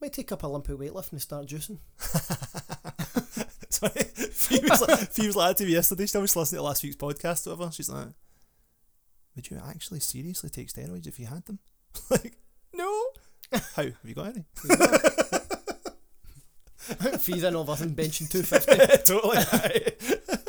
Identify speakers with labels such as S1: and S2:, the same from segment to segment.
S1: Might take up Olympic weightlifting and start juicing.
S2: Sorry, Phoebe was, like, Phoebe was like that to me yesterday. She was listening to last week's podcast or whatever. She's like, Would you actually seriously take steroids if you had them? like, no. How? Have you got any?
S1: Fees in all of us and benching 250.
S2: totally.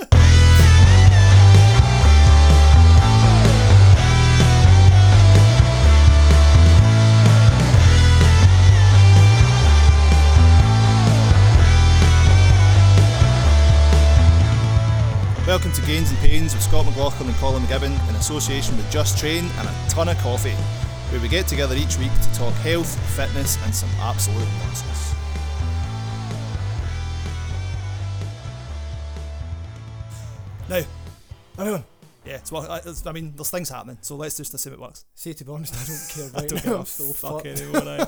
S2: Welcome to Gains and Pains with Scott McLaughlin and Colin McGibbon in association with Just Train and a ton of coffee, where we get together each week to talk health, fitness, and some absolute nonsense. Now, everyone. Yeah, it's, well, I, it's, I mean, there's things happening, so let's just assume it works.
S1: See, to be honest, I don't care
S2: I
S1: right
S2: don't
S1: now.
S2: give
S1: I'm
S2: a
S1: so
S2: fuck
S1: fucked.
S2: anymore.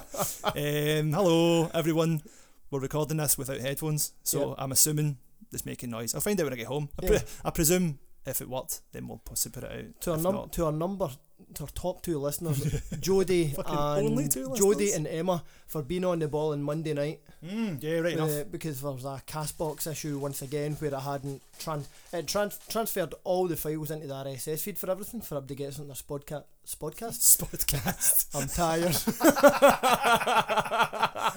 S2: aye. um, hello, everyone. We're recording this without headphones, so
S1: Yeah.
S2: I'm assuming it's making noise. I'll find out when I get home. I,
S1: Yeah.
S2: pre- I presume if it worked, then we'll possibly put it out.
S1: To our,
S2: If
S1: num-
S2: not-
S1: to our number, to our top two listeners, Jodie
S2: Fucking only
S1: and
S2: two
S1: Jodie
S2: listeners.
S1: and Emma for being on the ball on Monday night
S2: Mm, yeah, right enough.
S1: uh, because there was a cast box issue once again where it hadn't trans- it trans- transferred all the files into the RSS feed for everything for them to get us on their spodca- spodcast.
S2: Spodcast.
S1: I'm tired.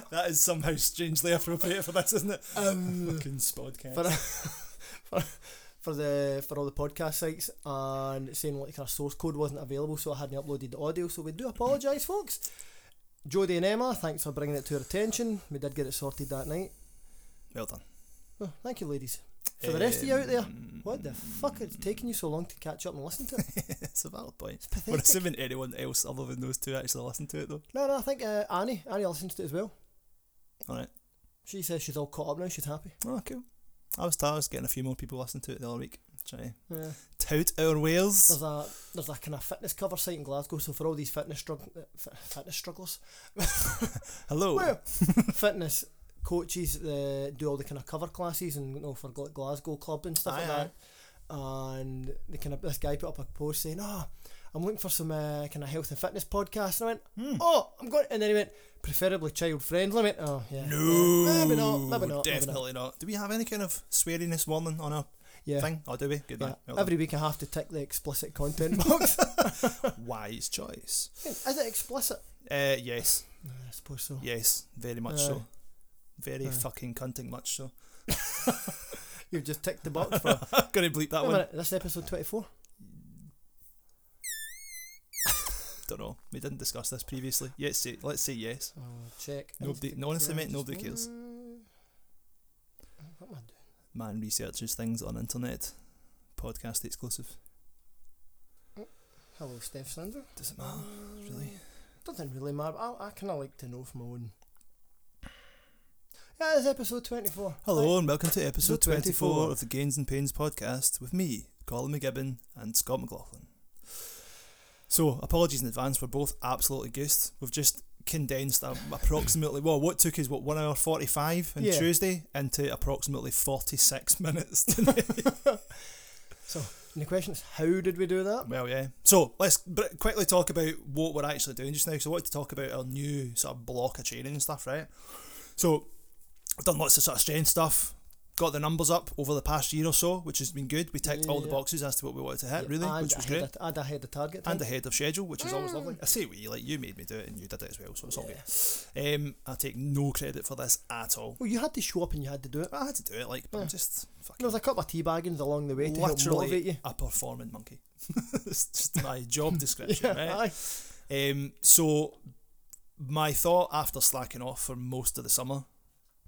S2: that is somehow strangely appropriate for this, isn't it?
S1: um,
S2: Fucking spodcast.
S1: for, for for the for all the podcast sites and saying like our source code wasn't available, so I hadn't uploaded the audio. So we do apologise, folks. Jodie and Emma, thanks for bringing it to our attention. We did get it sorted that night.
S2: well done. Um,
S1: Oh, thank you, ladies. For the rest of you out there, what the fuck is taking you so long to catch up and listen to it?
S2: it's a valid point.
S1: It's
S2: We're
S1: pathetic.
S2: assuming anyone else other than those two actually listened to it though.
S1: No, no, I think uh, Annie, Annie listens to it as well.
S2: All right.
S1: She says she's all caught up now. She's happy.
S2: Oh, cool. I was tired. I was getting a few more people listening to it the other week. Try
S1: Yeah.
S2: to tout our wares.
S1: There's a there's a kind of fitness cover site in Glasgow. So for all these fitness strugg- uh, fi- fitness strugglers,
S2: Hello.
S1: Well, fitness coaches uh, do all the kind of cover classes and you know for Gla- Glasgow club and stuff
S2: Aye,
S1: like
S2: aye.
S1: that. And the kind of this guy put up a post saying, "Oh, I'm looking for some uh, kind of health and fitness podcast." And I went,
S2: Hmm.
S1: "Oh, I'm going," and then he went, "Preferably child friendly." I went, "Oh, yeah, yeah, maybe not, maybe not, maybe not."
S2: definitely not. Do we have any kind of sweariness warning on our
S1: Yeah,
S2: thing? Or do we? Good
S1: yeah.
S2: man. Well
S1: Every week I have to tick the explicit content box.
S2: done. Wise choice.
S1: Is it explicit?
S2: Uh, yes,
S1: No, I suppose so.
S2: yes, very much
S1: Aye.
S2: so. Very
S1: Aye.
S2: fucking cunting much so.
S1: You've just ticked the box for.
S2: I'm gonna bleep that
S1: Wait a
S2: one.
S1: minute, this is episode twenty-four.
S2: Don't know. We didn't discuss this previously. Yes, say, let's say yes.
S1: Oh, check.
S2: Nobody- no, honestly, mate, nobody cares.
S1: Mm. What am I doing?
S2: Man researches things on internet. Podcast exclusive.
S1: Hello, Steph Sander.
S2: Doesn't matter.
S1: Um,
S2: really.
S1: Doesn't really matter. I, I kind of like to know from my own. Yeah, it's episode 24.
S2: Hello
S1: Right.
S2: and welcome to episode
S1: Episode 24.
S2: 24 of the Gains and Pains podcast with me, Colin McGibbon, and Scott McLaughlin. So, apologies in advance, we're both absolutely goosed. We've just condensed a, approximately, well, what took is what, 1 hour 45 on
S1: Yeah.
S2: Tuesday into approximately 46 minutes today.
S1: And the question is, how did we do that?
S2: well, yeah. So, let's br- quickly talk about what we're actually doing just now. So, I wanted to talk about our new sort of block of training and stuff, right? So, I've done lots of sort of strength stuff. Got the numbers up over the past year or so, which has been good. We ticked all the
S1: Yeah.
S2: boxes as to what we wanted to hit,
S1: Yeah,
S2: really,
S1: and
S2: which was
S1: ahead
S2: great.
S1: Of, and ahead of target.
S2: and
S1: time.
S2: ahead of schedule, which is always lovely. I say we like you made me do it, and you did it as well, so it's all
S1: Yeah.
S2: good. Um, I take no credit for this at all.
S1: Well, you had to show up and you had to do it.
S2: I had to do it, like, but I'm
S1: Yeah.
S2: just fucking.
S1: There was a couple of teabaggings along the way to help
S2: Literally
S1: motivate you.
S2: a performing monkey. it's just my job description, right?
S1: aye.
S2: Um, so my thought after slacking off for most of the summer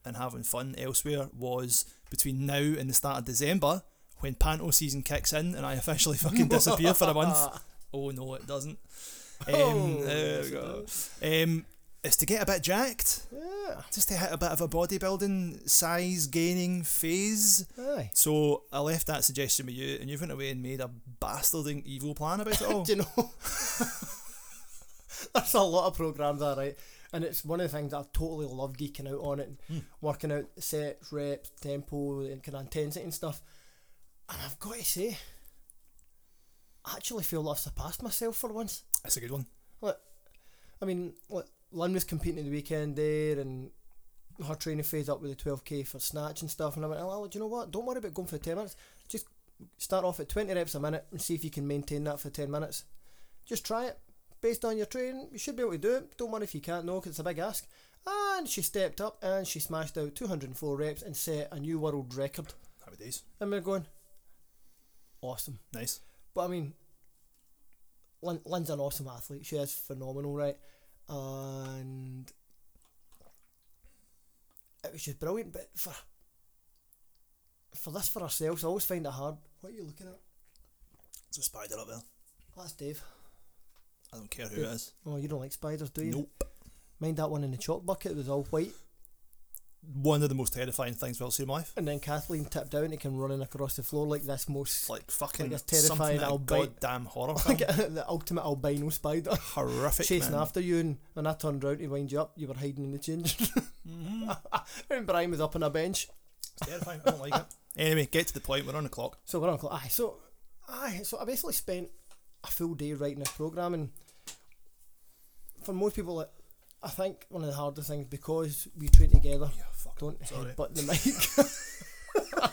S2: and having fun elsewhere was between now and the start of December, when panto season kicks in and I officially fucking disappear for a month. Oh no, it doesn't. Um,
S1: Oh,
S2: there
S1: yes,
S2: we
S1: it
S2: go. Um, it's to get a bit jacked,
S1: Yeah.
S2: just to hit a bit of a bodybuilding size gaining phase.
S1: Aye.
S2: So I left that suggestion with you, and you went away and made a bastarding evil plan about it all.
S1: Do you know? There's a lot of programs, all right. And it's one of the things that I totally love geeking out on it, and working out sets, reps, tempo, and kind of intensity and stuff. And I've got to say, I actually feel I've surpassed myself for once.
S2: That's a good one.
S1: Look, I mean, look, Lynn was competing the weekend there and her training phase up with the 12k for snatch and stuff. And I went, oh, do you know what? Don't worry about going for 10 minutes. Just start off at 20 reps a minute and see if you can maintain that for 10 minutes. Just try it. Based on your training, you should be able to do it. Don't worry if you can't, no, 'cause it's a big ask. And she stepped up and she smashed out 204 reps and set a new world record.
S2: Happy days.
S1: And we're going, awesome.
S2: Nice.
S1: But I mean, Lynn, Lynn's an awesome athlete. She is phenomenal, right? And it was just brilliant. But for for this for ourselves, I always find it hard. What are you looking at?
S2: There's a spider up there.
S1: That's Dave.
S2: I don't care who it is.
S1: Oh, you don't like spiders, do you?
S2: Nope.
S1: Mind that one in the chalk bucket was all white.
S2: One of the most terrifying things we'll see in life.
S1: And then Kathleen tipped down and came running across the floor like this most
S2: Like fucking
S1: Like a
S2: something
S1: terrifying
S2: out of
S1: albino-
S2: goddamn horror
S1: like
S2: film.
S1: the ultimate albino spider
S2: Horrific.
S1: chasing
S2: man.
S1: after you. And when I turned round to wind you up, you were hiding in the change.
S2: Mhm.
S1: and Brian was up on a bench.
S2: It's terrifying. I don't like it. Anyway, get to the point. We're on the clock.
S1: So we're on clock. Aye, so aye, so I basically spent a full day writing this program, and for most people, like, I think one of the hardest things because we train together.
S2: Yeah, fuck.
S1: Don't
S2: Sorry.
S1: headbutt the mic.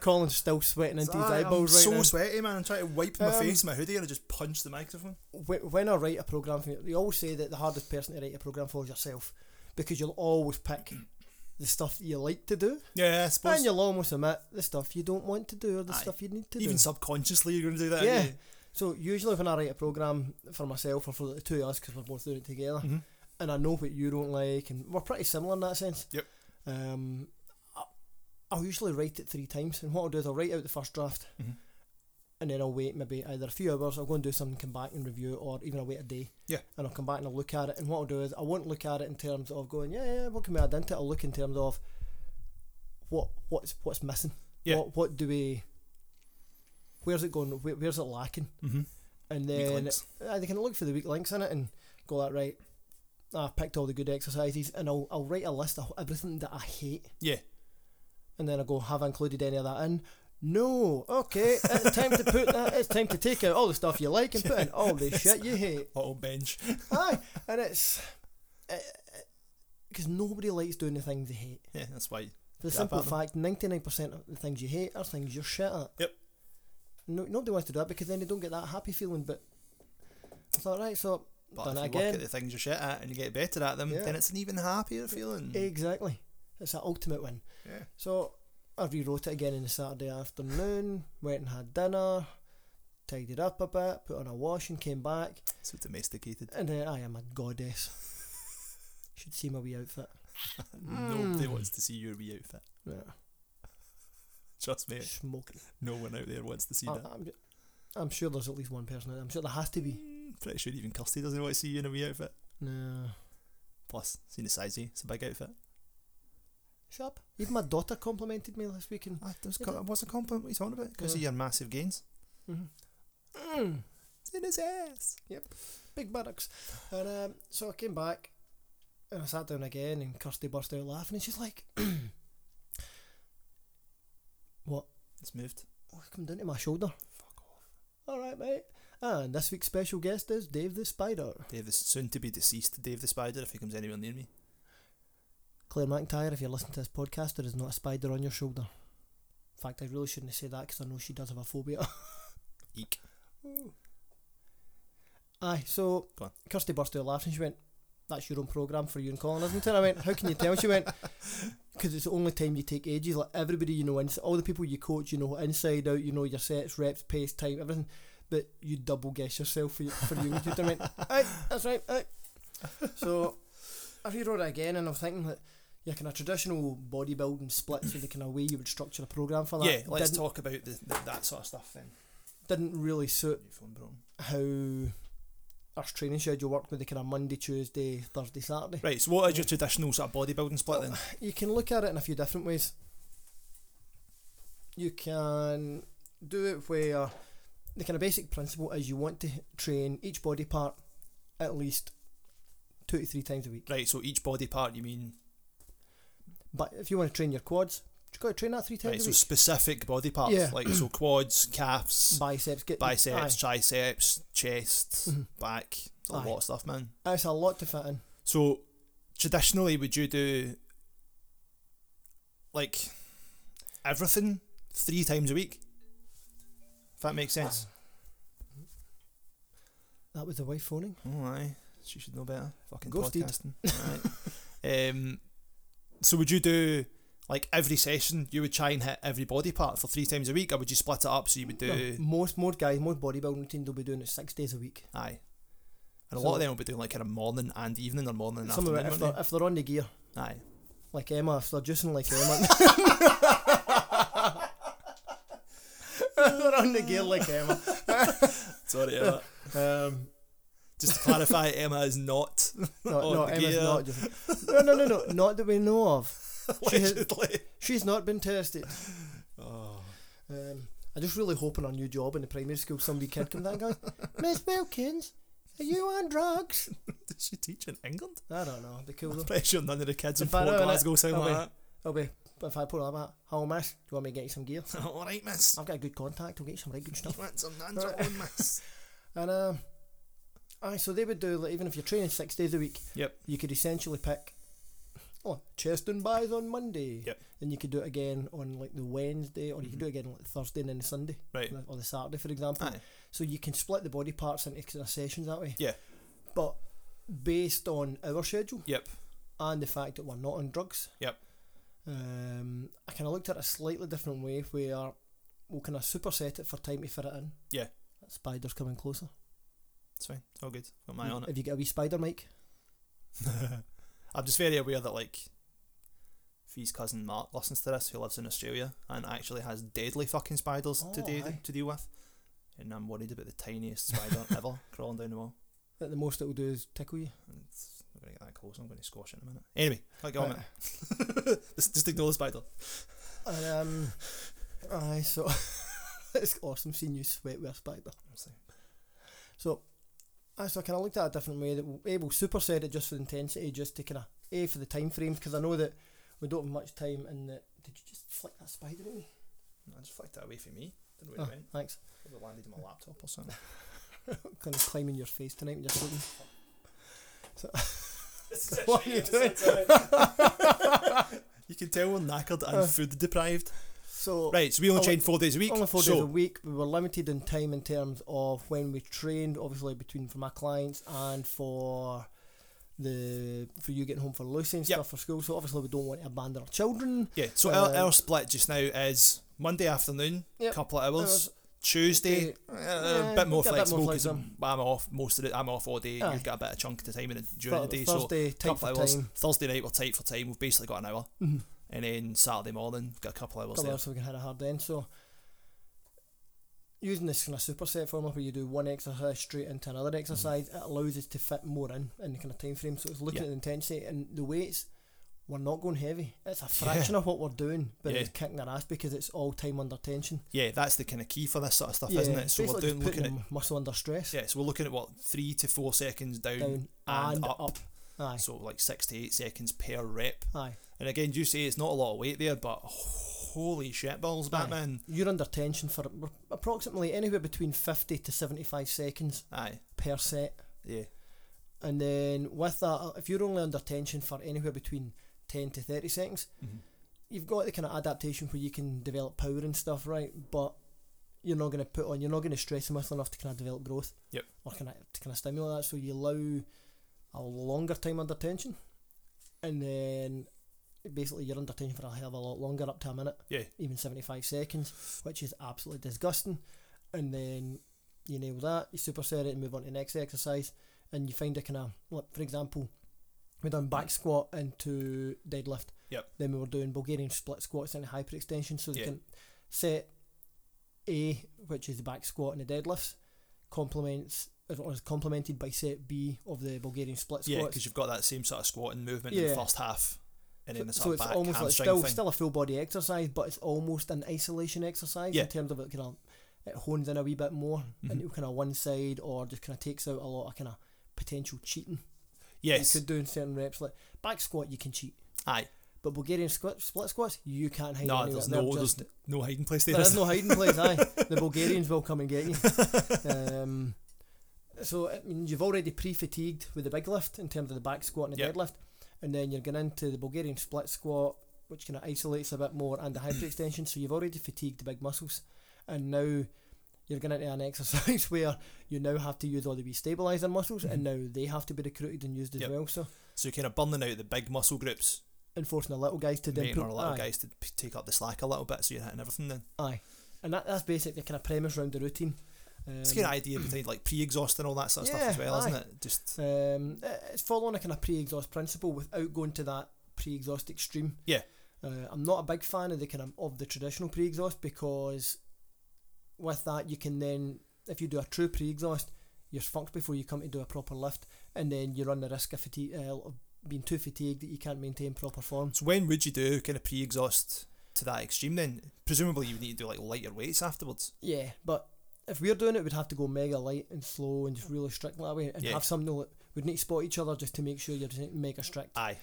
S1: Colin's still sweating into his
S2: Aye,
S1: eyeballs
S2: I'm
S1: right
S2: so
S1: now.
S2: sweaty, man. I'm trying to wipe my
S1: Um,
S2: face, my hoodie, and I just punch the microphone.
S1: Wh- when I write a program for you, they always say that the hardest person to write a program for is yourself, because you'll always pick the stuff that you like to do,
S2: Yeah, I
S1: and
S2: suppose.
S1: you'll almost omit the stuff you don't want to do or the
S2: Aye.
S1: stuff you need to do.
S2: Even subconsciously, you're going to do that.
S1: Yeah.
S2: aren't you?
S1: So usually when I write a program for myself or for the two of us because we're both doing it together,
S2: Mhm.
S1: and I know what you don't like, and we're pretty similar in that sense.
S2: Yep.
S1: Um, I- I'll usually write it three times, and what I'll do is I'll write out the first draft,
S2: Mhm.
S1: and then I'll wait maybe either a few hours. I'll go and do something, come back and review, it, or even I'll wait a day.
S2: Yeah.
S1: And I'll come back and I'll look at it, and what I'll do is I won't look at it in terms of going, yeah, yeah, what can we add into it? I'll look in terms of what what's what's missing.
S2: Yeah.
S1: What what do we? Where's it going? Where, where's it lacking?
S2: Mm-hmm.
S1: and
S2: Weak
S1: then
S2: links.
S1: uh, they can look for the weak links in it and go that right. I've picked all the good exercises, and I'll I'll write a list of everything that I hate,
S2: Yeah.
S1: and then I go have I included any of that in. No, okay, it's time to put that. It's time to take out all the stuff you like and put in all the shit you hate.
S2: Little bench.
S1: Aye, and it's because nobody likes doing the things they hate.
S2: Yeah, that's why.
S1: For the
S2: Yeah,
S1: simple
S2: apparently.
S1: fact, ninety nine percent of the things you hate are things you're shit at.
S2: Yep.
S1: No, nobody wants to do that because then they don't get that happy feeling. But I thought, right, so
S2: But
S1: done
S2: if
S1: it
S2: you
S1: again.
S2: work at the things you're shit at and you get better at them,
S1: Yeah.
S2: then it's an even happier feeling.
S1: Exactly. It's that ultimate win.
S2: Yeah.
S1: So I rewrote it again in the Saturday afternoon, went and had dinner, tidied up a bit, put on a wash and came back.
S2: So domesticated.
S1: And then I am a goddess. Should see my wee outfit.
S2: Nobody
S1: Mm.
S2: wants to see your wee outfit.
S1: Yeah.
S2: Trust me,
S1: Smoking.
S2: no one out there wants to see
S1: I,
S2: that.
S1: am I'm sure there's at least one person. out there. I'm sure there has to be.
S2: Mm, Pretty sure even Kirsty doesn't want to see you in a wee outfit.
S1: No.
S2: Plus, seeing the size of you, it's a big outfit.
S1: Shut up. Even my daughter complimented me last weekend.
S2: I was,
S1: Yeah, co-
S2: was a compliment what you talking about? Because of
S1: Yeah.
S2: your massive gains.
S1: Mhm. Mm.
S2: It's in his ass.
S1: big buttocks. And um, so I came back and I sat down again and Kirsty burst out laughing and she's like,
S2: It's moved.
S1: oh, come down to my shoulder. Fuck off. All right, mate. And this week's special guest is Dave the Spider.
S2: Dave is soon to be deceased. Dave the Spider, if he comes anywhere near me.
S1: Claire McIntyre, if you're listening to this podcast, there is not a spider on your shoulder. In fact, I really shouldn't say that because I know she does have a phobia.
S2: Eek.
S1: Aye, so
S2: Go on.
S1: Kirsty burst out laughing. She went, "That's your own program for you and Colin, isn't it?" And I went, "How can you tell?" She went, "Because it's the only time you take ages. Like everybody you know, ins- all the people you coach, you know, inside out, you know your sets, reps, pace, time, everything. But you double guess yourself for your, for you." And I went, "Aye, that's right." Aye. So I rewrote it again, and I'm thinking that. Yeah, kind of traditional bodybuilding splits are the kind of way you would structure a program for that.
S2: yeah, let's
S1: didn't,
S2: talk about the, the, that sort of stuff then.
S1: didn't really suit
S2: Your phone broke.
S1: how our training schedule worked with the kind of Monday, Tuesday, Thursday, Saturday.
S2: Right, so what is your traditional sort of bodybuilding split then?
S1: You can look at it in a few different ways. You can do it where the kind of basic principle is you want to train each body part at least two to three times a week.
S2: Right, so each body part, you mean
S1: But if you want to train your quads, you've got to train that three times
S2: right,
S1: a
S2: so
S1: week.
S2: specific body parts
S1: Yeah.
S2: like so quads, calves,
S1: Biceps, get
S2: biceps, triceps, chest,
S1: Mhm.
S2: back, It's a lot of stuff, man.
S1: It's a lot to fit in.
S2: So traditionally, would you do like everything three times a week? If that makes sense.
S1: That was the wife phoning.
S2: Oh, aye. She should know better. Fucking
S1: Ghosted.
S2: podcasting. Alright. um, so would you do like every session you would try and hit every body part for three times a week, or would you split it up so you would do
S1: No, most more guys, most bodybuilding teams will be doing it six days a week.
S2: aye? And a lot
S1: So-
S2: of them would be doing like kind of morning and evening or morning and
S1: Some of it,
S2: afternoon.
S1: if they're,
S2: wouldn't
S1: if they're on the gear,
S2: they? Aye.
S1: like Emma, if they're juicing like Emma. they're on the gear like Emma.
S2: Sorry, Emma.
S1: Um,
S2: Just to clarify, Emma is not
S1: no,
S2: on
S1: no,
S2: the
S1: Emma's
S2: gear.
S1: not juicing. No, no, no, no, not that we know of. She has-
S2: allegedly.
S1: She's not been tested.
S2: Oh.
S1: Um, I just really hope in our new job in the primary school, some wee kid comes out and goes, Miss Wilkins, are you on drugs?
S2: Did she teach in England?
S1: I don't know. They cool
S2: I'm
S1: them.
S2: pretty sure none of the kids in
S1: If I
S2: Port
S1: know, innit?
S2: Glasgow sound
S1: I'll
S2: like that.
S1: I'll be, if I put it like that, hello miss, do you want me to get you some gear?
S2: All right, miss.
S1: I've got a good contact, I'll get you some right good
S2: You
S1: stuff.
S2: want some nan's or one, miss?
S1: And um, aye, so they would do like, even if you're training six days a week.
S2: Yep.
S1: You could essentially pick, oh, chest and buys on Monday.
S2: Yep.
S1: Then you could do it again on like the Wednesday, or you could do it again on like Thursday and then Sunday,
S2: Right.
S1: or the Saturday, for example.
S2: Aye.
S1: So you can split the body parts into kind of sessions that way.
S2: Yeah.
S1: But based on our schedule
S2: Yep.
S1: and the fact that we're not on drugs.
S2: Yep.
S1: Um, I kind of looked at it a slightly different way where we'll kind of superset it for time to fit it in.
S2: Yeah.
S1: That spider's coming closer.
S2: It's fine. It's all good. Got my eye on it.
S1: Have Mm, you got a wee spider, Mike?
S2: I'm just very aware that like Fee's cousin Mark listens to this, who lives in Australia and actually has deadly fucking spiders to
S1: Oh,
S2: deal
S1: aye.
S2: to deal with. And I'm worried about the tiniest spider ever crawling down the wall.
S1: That the most it will do is tickle you.
S2: And It's, I'm gonna get that close. I'm gonna squash it in a minute. Anyway, can't get on with
S1: Right.
S2: it. just, just ignore the spider.
S1: And, um, aye, so it's awesome seeing you sweat with a spider.
S2: Honestly.
S1: So, aye, so I kind of looked at it a different way that we'll, A, we'll superset it just for the intensity, just to kind of A for the time frames, because I know that we don't have much time. And that did you just flick that spider at me?
S2: I just flicked that away from me. Didn't
S1: Oh,
S2: know where it went.
S1: thanks.
S2: Probably landed on my laptop or something.
S1: Going to climb in your face tonight and just looking.
S2: This is a
S1: What
S2: shit
S1: are you doing?
S2: episode. you can tell we're knackered and
S1: Uh,
S2: food deprived.
S1: So
S2: Right, so we only
S1: only-
S2: train four days a week.
S1: Only four
S2: so,
S1: days a week. We were limited in time in terms of when we trained, obviously between for my clients and for the for you getting home for Lucy and
S2: Yep.
S1: stuff for school. So obviously we don't want to abandon our children.
S2: Yeah, so our,
S1: Um,
S2: our split just now is Monday afternoon,
S1: Yep.
S2: couple of hours.
S1: Hours.
S2: Tuesday, uh,
S1: Yeah,
S2: a bit more
S1: get a bit more
S2: flexible because
S1: flexible.
S2: I'm, I'm off most of the I'm off all day.
S1: Aye.
S2: You've got a bit of chunk of the time in the, during the
S1: Thur-
S2: day, so
S1: Thursday, time
S2: couple
S1: for
S2: of
S1: time.
S2: hours. Thursday night we're tight for time. We've basically got an hour,
S1: Mhm.
S2: and then Saturday morning we've got a couple of hours
S1: Couple
S2: there.
S1: hours so we can hit a hard end. So using this kind of superset format where you do one exercise straight into another
S2: Mm-hmm.
S1: exercise, it allows us to fit more in in the kind of time frame. So it's looking
S2: Yeah.
S1: at the intensity and the weights. We're not going heavy. It's a
S2: Yeah.
S1: fraction of what we're doing, but
S2: Yeah.
S1: it's kicking our ass because it's all time under tension.
S2: Yeah, that's the kind of key for this sort of stuff, isn't it?
S1: it's
S2: So we're
S1: basically
S2: doing
S1: just
S2: looking
S1: putting
S2: at
S1: the muscle under stress.
S2: yeah, so we're looking at what three to four seconds down,
S1: Down
S2: and,
S1: and
S2: up.
S1: up. Aye,
S2: So like six to eight seconds per rep.
S1: aye.
S2: And again, you say it's not a lot of weight there, but holy shit balls,
S1: Aye.
S2: Batman!
S1: You're under tension for approximately anywhere between 50 to 75 seconds
S2: Aye,
S1: per set.
S2: yeah.
S1: And then with that, uh, if you're only under tension for anywhere between 10 to 30 seconds,
S2: Mhm.
S1: you've got the kind of adaptation where you can develop power and stuff, right? But you're not going to put on, you're not going to stress the muscle enough to kind of develop growth.
S2: Yep.
S1: Or kind of, to kind of stimulate that. So you allow a longer time under tension. And then basically you're under tension for a hell of a lot longer, up to a minute.
S2: Yeah.
S1: Even 75 seconds, which is absolutely disgusting. And then you nail that, you superset it and move on to the next exercise and you find a kind of like for example we done back squat into deadlift
S2: Yep.
S1: then we were doing Bulgarian split squats and hyperextension so they
S2: Yeah.
S1: can set A which is the back squat and the deadlifts complements or is complemented by set B of the Bulgarian split
S2: Yeah,
S1: squats
S2: because you've got that same sort of squatting movement in
S1: Yeah.
S2: the first half, and then the
S1: so,
S2: sort
S1: so
S2: of
S1: it's
S2: back
S1: almost like
S2: hamstring
S1: still,
S2: thing.
S1: still a full body exercise but it's almost an isolation exercise
S2: Yeah.
S1: in terms of it kind of it hones in a wee bit more
S2: Mhm.
S1: into kind of one side or just kind of takes out a lot of kind of potential cheating
S2: yes,
S1: You could do in certain reps like back squat. You can cheat,
S2: aye.
S1: but Bulgarian squat, split squats you can't hide.
S2: No,
S1: anywhere.
S2: there's
S1: They're
S2: no,
S1: just-
S2: there's no hiding place there.
S1: there
S2: is
S1: is no hiding place. Aye, the Bulgarians will come and get you. Um, So I mean, you've already pre-fatigued with the big lift in terms of the back squat and the
S2: Yep.
S1: deadlift, and then you're going into the Bulgarian split squat, which kind of isolates a bit more, and the hyperextension. So you've already fatigued the big muscles, and now you're going into an exercise where you now have to use all the wee stabilizer muscles, and now they have to be recruited and used as
S2: Mm-hmm. Yep.
S1: well. So
S2: So you're kind of burning out the big muscle groups,
S1: and forcing the little guys to then
S2: making
S1: put-
S2: our little
S1: aye,
S2: guys to p- take up the slack a little bit. So you're hitting everything then.
S1: Aye, and that, that's basically kind of premise round the routine. Um,
S2: It's a good idea behind like pre-exhaust and all that sort of stuff as
S1: Yeah,
S2: well, isn't
S1: aye.
S2: it? Just
S1: Um, i- it's following a kind of pre-exhaust principle without going to that pre-exhaust extreme.
S2: Yeah.
S1: Uh, I'm not a big fan of the kind of of the traditional pre-exhaust because with that you can then, if you do a true pre-exhaust, you're funked before you come to do a proper lift, and then you run the risk of fatigue, uh, of being too fatigued that you can't maintain proper form.
S2: so when would you do kind of pre-exhaust to that extreme then? Presumably you would need to do like lighter weights afterwards.
S1: Yeah, but if we're doing it, we'd have to go mega light and slow and just really strict that way, and
S2: Yeah.
S1: have something that we'd need to spot each other just to make sure you're just mega strict.
S2: Aye,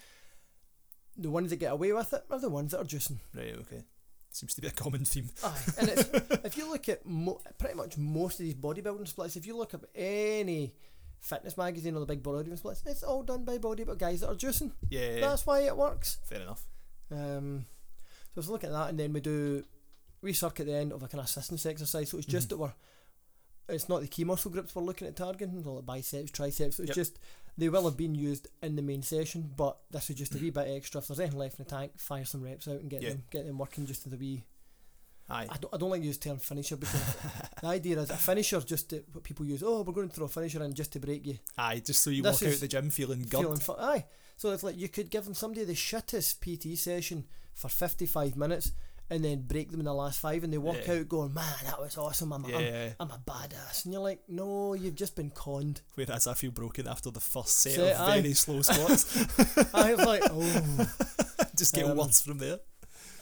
S1: The ones that get away with it are the ones that are juicing.
S2: right, okay. Seems to be a common theme.
S1: Aye, and it's, if you look at mo- pretty much most of these bodybuilding splits, if you look up any fitness magazine or the big bodybuilding splits, it's all done by bodybuilding guys that are juicing.
S2: Yeah,
S1: That's why it works.
S2: fair enough.
S1: Um, so let's look at that, and then we do we circuit the end of a kind of assistance exercise. So it's just
S2: Mhm.
S1: that we're it's not the key muscle groups we're looking at targeting, well, like biceps, triceps. So it's
S2: Yep.
S1: just they will have been used in the main session, but this is just a wee bit extra. If there's anything left in the tank, fire some reps out and get
S2: Yeah.
S1: them get them working just as a wee
S2: Aye,
S1: I don't, I don't like to use the term finisher because the idea is a finisher just to, what people use. Oh, we're going to throw a finisher in just to break you,
S2: aye. Just so you
S1: This
S2: walk out
S1: is
S2: the gym feeling good.
S1: feeling fu- aye. So it's like you could give them somebody the shittest PT session for fifty five minutes and then break them in the last five, and they walk
S2: Yeah.
S1: out going, "Man, that was awesome! I'm, I'm,
S2: yeah.
S1: I'm a badass," and you're like, "No, you've just been conned."
S2: Whereas I feel broken after the first set
S1: Set,
S2: of
S1: aye.
S2: very slow squats.
S1: I was like, "Oh."
S2: just get
S1: Um,
S2: worse from there.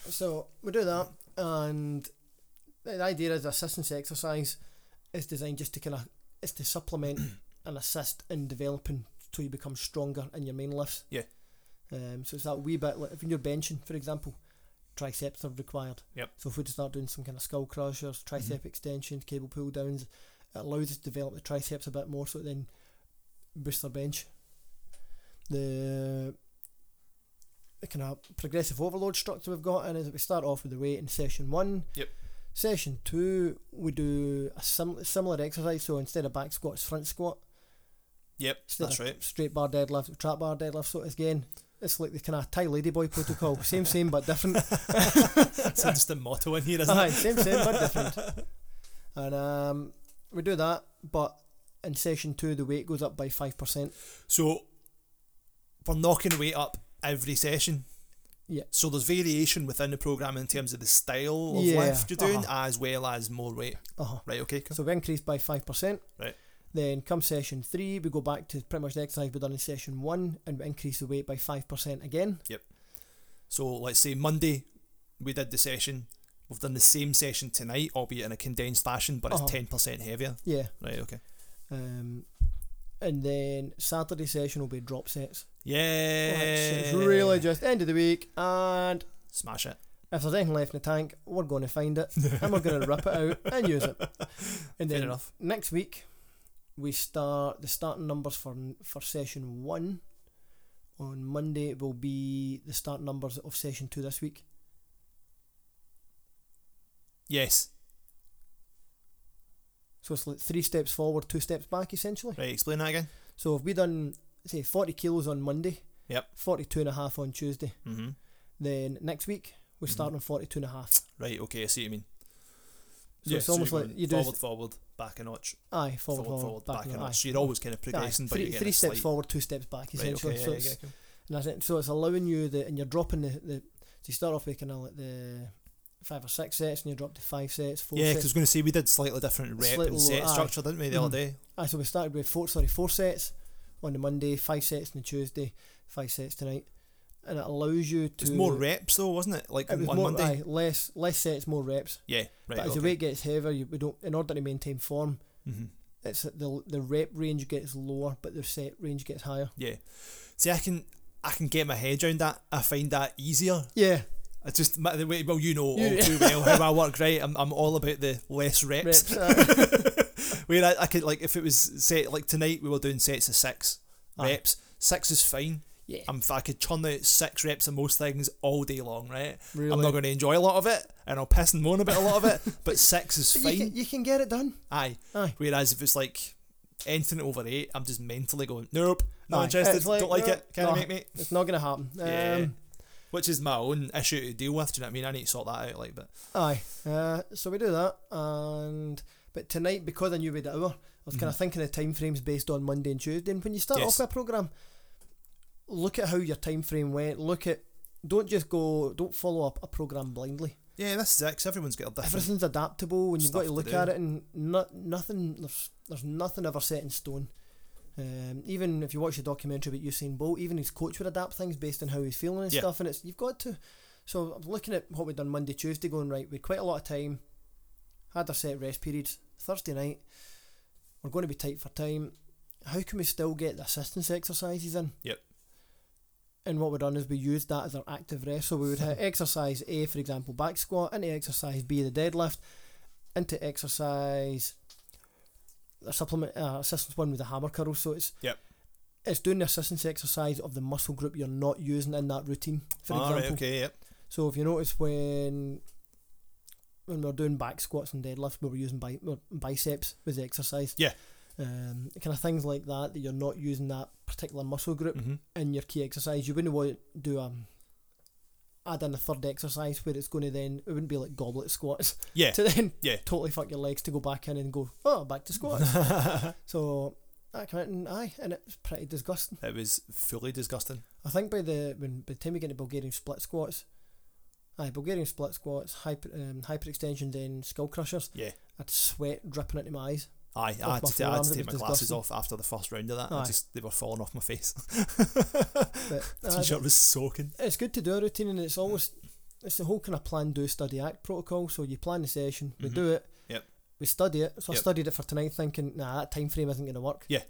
S1: So we do that, and the idea is the assistance exercise is designed just to kind of it's to supplement and assist in developing so you become stronger in your main lifts.
S2: Yeah.
S1: Um, so it's that wee bit like if you're benching, for example, triceps are required.
S2: Yep. Mm-hmm.
S1: So if we just start doing some kind of skull crushers, tricep extensions, cable pull downs, it allows us to develop the triceps a bit more, so it then boosts our bench. The the kind of progressive overload structure we've got in is that we start off with the weight in session one.
S2: Yep.
S1: Session two, we do a sim- similar exercise. So instead of back squats, front squat.
S2: Yep,
S1: Instead
S2: that's
S1: of
S2: right.
S1: Straight bar deadlift, trap bar deadlift. So again, it's like the kind of Thai ladyboy protocol. same, same, but different.
S2: It's just a motto in here, isn't
S1: Aye,
S2: it?
S1: same, same, but different. And um, we do that, but in session two, the weight goes up by 5%.
S2: So we're knocking weight up every session.
S1: Yeah.
S2: So there's variation within the program in terms of the style of
S1: Yeah,
S2: lift you're doing,
S1: uh-huh.
S2: as well as more weight.
S1: Uh-huh.
S2: Right. Okay. Cool.
S1: So we increased by 5%.
S2: Right.
S1: Then come session three, we go back to pretty much the exercise we done in session one and we increase the weight by 5% again.
S2: So let's say Monday, we did the session. We've done the same session tonight, albeit in a condensed fashion, but
S1: Uh-huh.
S2: it's ten percent heavier.
S1: Yeah.
S2: Right. Okay.
S1: Um, and then Saturday session will be drop sets.
S2: Yeah.
S1: Which is
S2: Eh.
S1: really just end of the week. And
S2: smash it.
S1: if there's anything left in the tank, we're going to find it and we're going to rip it out and use it. And
S2: Fair
S1: then
S2: enough.
S1: next week we start the starting numbers for for session one on Monday will be the start numbers of session two this week.
S2: Yes.
S1: So it's like three steps forward, two steps back essentially.
S2: Right. Explain that again.
S1: So if we done say forty kilos on Monday,
S2: Yep.
S1: forty two and a half on Tuesday,
S2: Mm-hmm.
S1: then next week we start
S2: Mhm.
S1: on forty two and a half.
S2: Right. Okay. I see what you mean.
S1: So it's almost
S2: you're
S1: like
S2: going
S1: you do-
S2: forward, forward, back a notch,
S1: Aye,
S2: forward,
S1: forward,
S2: forward, back, a
S1: and
S2: notch.
S1: aye.
S2: So you're always kind of
S1: Aye,
S2: progressing, but
S1: three,
S2: you're getting
S1: three
S2: a
S1: steps
S2: slight-
S1: forward, two steps back
S2: Right,
S1: essentially.
S2: okay, yeah,
S1: so
S2: yeah,
S1: it's,
S2: yeah, cool.
S1: And that's it. So it's allowing you the and you're dropping the, the so you start off with kind of like the five or six sets and you drop to five sets, four
S2: Yeah, 'cause I
S1: sets.
S2: was going to say we did slightly different rep
S1: Slightly
S2: and
S1: lower,
S2: set
S1: aye. Mm.
S2: structure, didn't we, the other day?
S1: Aye, so we started with four sorry, four sets on the Monday, five sets on the Tuesday, five sets tonight. And it allows you to
S2: It was more reps though, wasn't it? Like
S1: it was
S2: on
S1: more
S2: Monday.
S1: aye, less less sets, more reps.
S2: Yeah, right.
S1: but as
S2: okay.
S1: the weight gets heavier, you we don't in order to maintain form,
S2: Mhm.
S1: it's the the rep range gets lower, but the set range gets higher.
S2: Yeah. See, I can I can get my head around that. I find that easier.
S1: Yeah.
S2: It's just my- the way. Well, you know all
S1: You-
S2: too well how I work, right? I'm, I'm all about the less reps.
S1: Reps, uh, aye.
S2: Where I, I could like if it was say like tonight we were doing sets of six
S1: Aye.
S2: reps. Six is fine.
S1: yeah,
S2: I'm if I could churn out six reps of most things all day long, right?
S1: really.
S2: I'm not going to enjoy a lot of it, and I'll piss and moan about a lot of it. But six is
S1: But
S2: fine.
S1: You can, you can get it done.
S2: Aye.
S1: Aye.
S2: Whereas if it's like anything over eight, I'm just mentally going, nope, not
S1: Aye.
S2: interested,
S1: It's like,
S2: don't like
S1: no,
S2: it, can't
S1: no.
S2: make me.
S1: It's not going to happen.
S2: Yeah.
S1: Um,
S2: Which is my own issue to deal with. Do you know what I mean? I need to sort that out. Like, but
S1: Aye. Uh, so we do that, and but tonight because I knew we had an hour, I was kind of
S2: Mhm.
S1: thinking of time frames based on Monday and Tuesday. And when you start
S2: Yes.
S1: off with a program, look at how your time frame went. Look at don't just go don't follow up a program blindly.
S2: yeah, this is it. 'cause everyone's got a different.
S1: Everything's adaptable, and you've got
S2: Stuff
S1: to
S2: to
S1: look
S2: do.
S1: at it, and no, nothing there's there's nothing ever set in stone. Um, even if you watch the documentary about Usain Bolt, even his coach would adapt things based on how he's feeling and
S2: Yeah.
S1: stuff. And it's you've got to. So I'm looking at what we've done Monday, Tuesday, going right. We had quite a lot of time. Had our set rest periods. Thursday night, we're going to be tight for time. How can we still get the assistance exercises in?
S2: Yep.
S1: And what we've done is we used that as our active rest. So we would hit exercise A, for example, back squat, into exercise B, the deadlift, into exercise a supplement uh, assistance one with the hammer curl. So it's
S2: Yep.
S1: It's doing the assistance exercise of the muscle group you're not using in that routine. For
S2: All right,
S1: example,
S2: okay, yep.
S1: so if you notice when when we were doing back squats and deadlifts, we were using bi- well, biceps with the exercise.
S2: Yeah.
S1: Um, kind of things like that that you're not using that particular muscle group
S2: Mhm.
S1: in your key exercise. You wouldn't want to do um add in a third exercise where it's going to then it wouldn't be like goblet squats
S2: Yeah.
S1: to then
S2: Yeah.
S1: totally fuck your legs to go back in and go oh back to squats. so I come out and aye, and it's pretty disgusting.
S2: it was fully disgusting.
S1: I think by the when by the time we get into Bulgarian split squats, aye, Bulgarian split squats, hyper um, hyperextension, then skull crushers.
S2: Yeah.
S1: I'd sweat dripping into my eyes.
S2: Aye, I
S1: Off
S2: had,
S1: my
S2: to, ta- I had
S1: forearms,
S2: to
S1: it
S2: take my
S1: was
S2: glasses
S1: disgusting.
S2: off after the first round of that. I
S1: Aye.
S2: just they were falling off my face.
S1: But aye,
S2: T-shirt was soaking.
S1: it's good to do a routine, and it's always it's the whole kind of plan, do, study, act protocol. So you plan the session, we
S2: Mhm.
S1: do it.
S2: Yep.
S1: We study it. So I
S2: Yep.
S1: studied it for tonight, thinking, nah, that time frame isn't going to work.
S2: Yeah.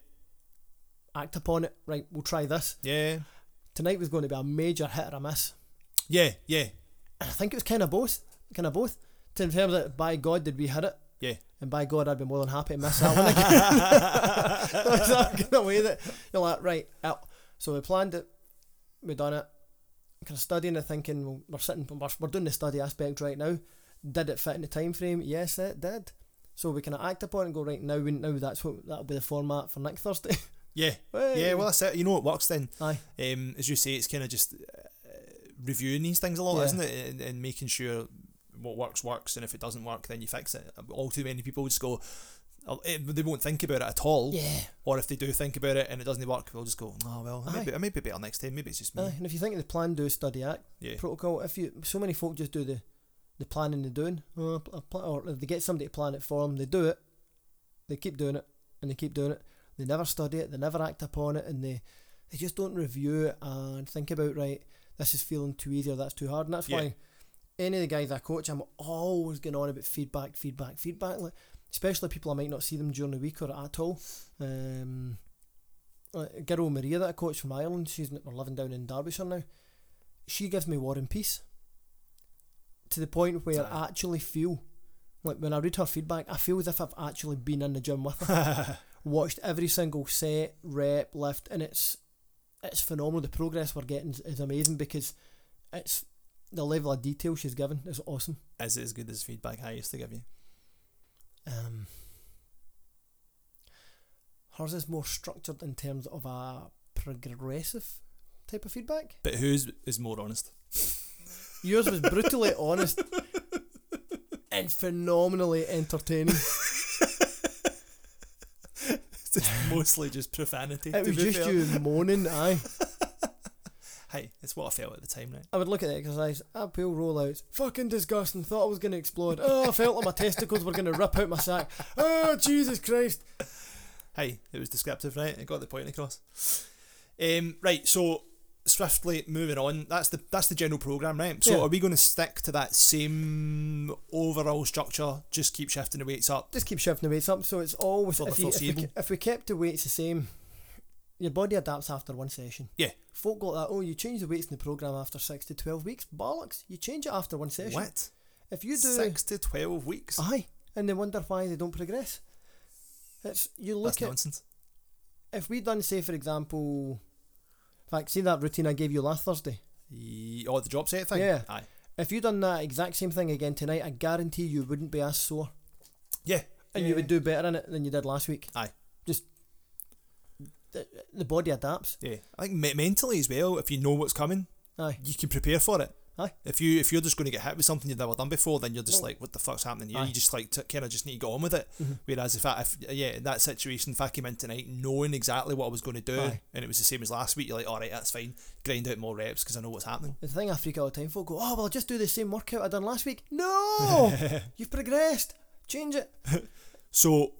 S1: Act upon it. Right, we'll try this.
S2: Yeah,
S1: Tonight was going to be a major hit or a miss.
S2: yeah, yeah.
S1: And I think it was kind of both, kind of both. In terms of by God, did we hit it?
S2: Yeah.
S1: And by God, I'd be more than happy to miss that one again. There's that kind of way that you're like, right, out. So we planned it, we done it. Kind of studying it, thinking well, we're sitting, we're, we're doing the study aspect right now. Did it fit in the time frame? Yes, it did. So we can act upon it and go right now. we- Now that's what that'll be the format for next Thursday.
S2: Yeah,
S1: Hey.
S2: yeah. Well, that's it. You know what works then.
S1: aye,
S2: um, as you say, it's kind of just uh, reviewing these things a lot,
S1: Yeah.
S2: isn't it? And, and making sure what works works, and if it doesn't work, then you fix it. All too many people just go, oh, eh, they won't think about it at all,
S1: yeah.
S2: or if they do think about it and it doesn't work, they'll just go, oh well,
S1: Aye.
S2: maybe I may be better next time. Maybe it's just me.
S1: Aye, and if you think of the plan, do, study, act
S2: Yeah,
S1: protocol, if you so many folk just do the the planning and the doing, uh, pl- uh, pl- or if they get somebody to plan it for them, they do it, they keep doing it, and they keep doing it. They never study it, they never act upon it, and they they just don't review it and think about right. This is feeling too easy or that's too hard, and that's
S2: Yeah.
S1: why any of the guys I coach, I'm always going on about feedback, feedback, feedback. Like, especially people I might not see them during the week or at all. Um, uh, a girl Maria that I coach from Ireland, she's n- we're living down in Derbyshire now. She gives me War and Peace to the point where I actually feel like when I read her feedback, I feel as if I've actually been in the gym with her, watched every single set, rep, lift, and it's it's phenomenal. The progress we're getting is, is amazing because it's the level of detail she's given is awesome.
S2: is it as good as feedback I used to give you?
S1: Um, hers is more structured in terms of a progressive type of feedback.
S2: But who's is more honest?
S1: Yours was brutally honest and phenomenally entertaining.
S2: It's mostly just profanity.
S1: It was just you moaning. Aye,
S2: Hey, it's what I felt at the time, right?
S1: I would look at the exercise. I peel rollouts. Fucking disgusting. Thought I was going to explode. Oh, I felt like my testicles were going to rip out my sack. Oh, Jesus Christ.
S2: Hey, it was descriptive, right? It got the point across. Um, right, so swiftly moving on. That's the that's the general program, right? So
S1: Yeah.
S2: are we going to stick to that same overall structure? Just keep shifting the weights up.
S1: Just keep shifting the weights up, so it's always
S2: For the
S1: if, you, if, we,
S2: foreseeable.
S1: ke- if we kept the weights the same, Your body adapts after one session.
S2: Yeah.
S1: Folk got that, oh, you change the weights in the programme after 6 to 12 weeks. Bollocks, you change it after one session.
S2: What?
S1: If you do. Ah,
S2: Six to twelve weeks.
S1: Aye. And they wonder why they don't progress. It's You look
S2: That's
S1: at.
S2: nonsense.
S1: If we done, say, for example. In fact, see that routine I gave you last Thursday?
S2: Ye- Oh, the drop set thing.
S1: Yeah.
S2: Aye.
S1: If you done that exact same thing again tonight, I guarantee you wouldn't be as sore.
S2: Yeah.
S1: and you would do better in it than you did last week.
S2: Aye.
S1: Just the, the body adapts.
S2: Yeah. I think me- mentally as well. If you know what's coming,
S1: Aye.
S2: you can prepare for it.
S1: Aye.
S2: If you if you're just going to get hit with something you've never done before, then you're just
S1: Well-
S2: like, what the fuck's happening here?
S1: Aye.
S2: You just like t- kind of just need to get on with it.
S1: Mhm.
S2: Whereas if I if yeah in that situation, if I came in tonight knowing exactly what I was going to do,
S1: Aye.
S2: and it was the same as last week, you're like, all right, that's fine. Grind out more reps because I know what's happening.
S1: The thing I freak out all the time, folk go, oh, well, I'll just do the same workout I done last week. No! You've progressed. Change it.
S2: So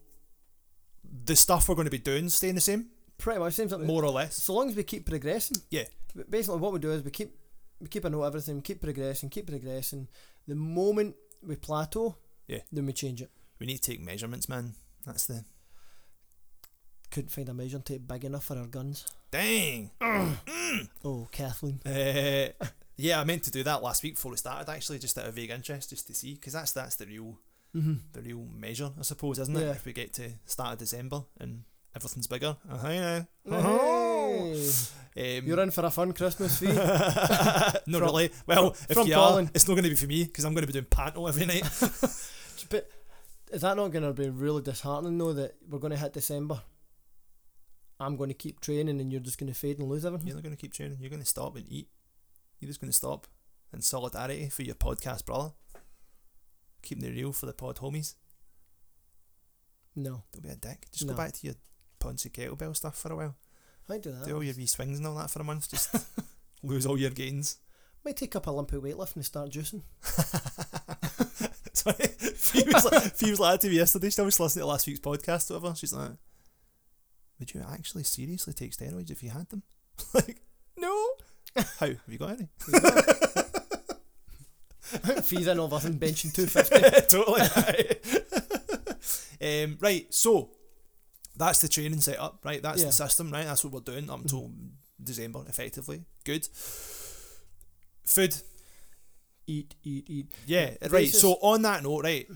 S2: the stuff we're going to be doing staying the same,
S1: Pretty much same something.
S2: more or less.
S1: So long as we keep progressing.
S2: Yeah.
S1: But basically, what we do is we keep we keep a note of everything, we keep progressing, keep progressing. The moment we plateau,
S2: Yeah.
S1: then we change it.
S2: We need to take measurements, man. That's the
S1: Couldn't find a measuring tape big enough for our guns.
S2: dang.
S1: Oh, Kathleen.
S2: Uh, yeah, I meant to do that last week before we started. Actually, just out of vague interest, just to see, because that's that's the real
S1: Mm-hmm.
S2: the real measure, I suppose, isn't it?
S1: Yeah.
S2: If we get to start of December and everything's bigger, uh, you know. Um,
S1: You're in for a fun Christmas fee.
S2: not
S1: From-
S2: really. Well,
S1: from-
S2: if
S1: from
S2: you
S1: Colin.
S2: are, it's not going to be for me because I'm going to be doing panto every night.
S1: But is that not going to be really disheartening though that we're going to hit December? I'm going to keep training and you're just going to fade and lose everything.
S2: You're not going to keep training. You're going to stop and eat. You're just going to stop in solidarity for your podcast brother. Keeping it real for the pod homies.
S1: No,
S2: Don't be a dick. Just
S1: No.
S2: go back to your poncy kettlebell stuff for a while.
S1: I do that.
S2: Do all your wee swings and all that for a month. Just lose all your gains.
S1: Might take up Olympic weightlifting and start juicing.
S2: Sorry, Phoebe was, like, Phoebe was like that to me yesterday. She was listening to last week's podcast or whatever. She's like, Would you actually seriously take steroids if you had them? like, no. How? Have you got any?
S1: Fees in all of us and benching 250.
S2: totally. um, right, so that's the training setup, right? That's
S1: Yeah.
S2: the system, right? That's what we're doing up until December, effectively. Good. Food.
S1: eat, eat, eat.
S2: Yeah,
S1: Yeah,
S2: right.
S1: this is-
S2: So on that note, right,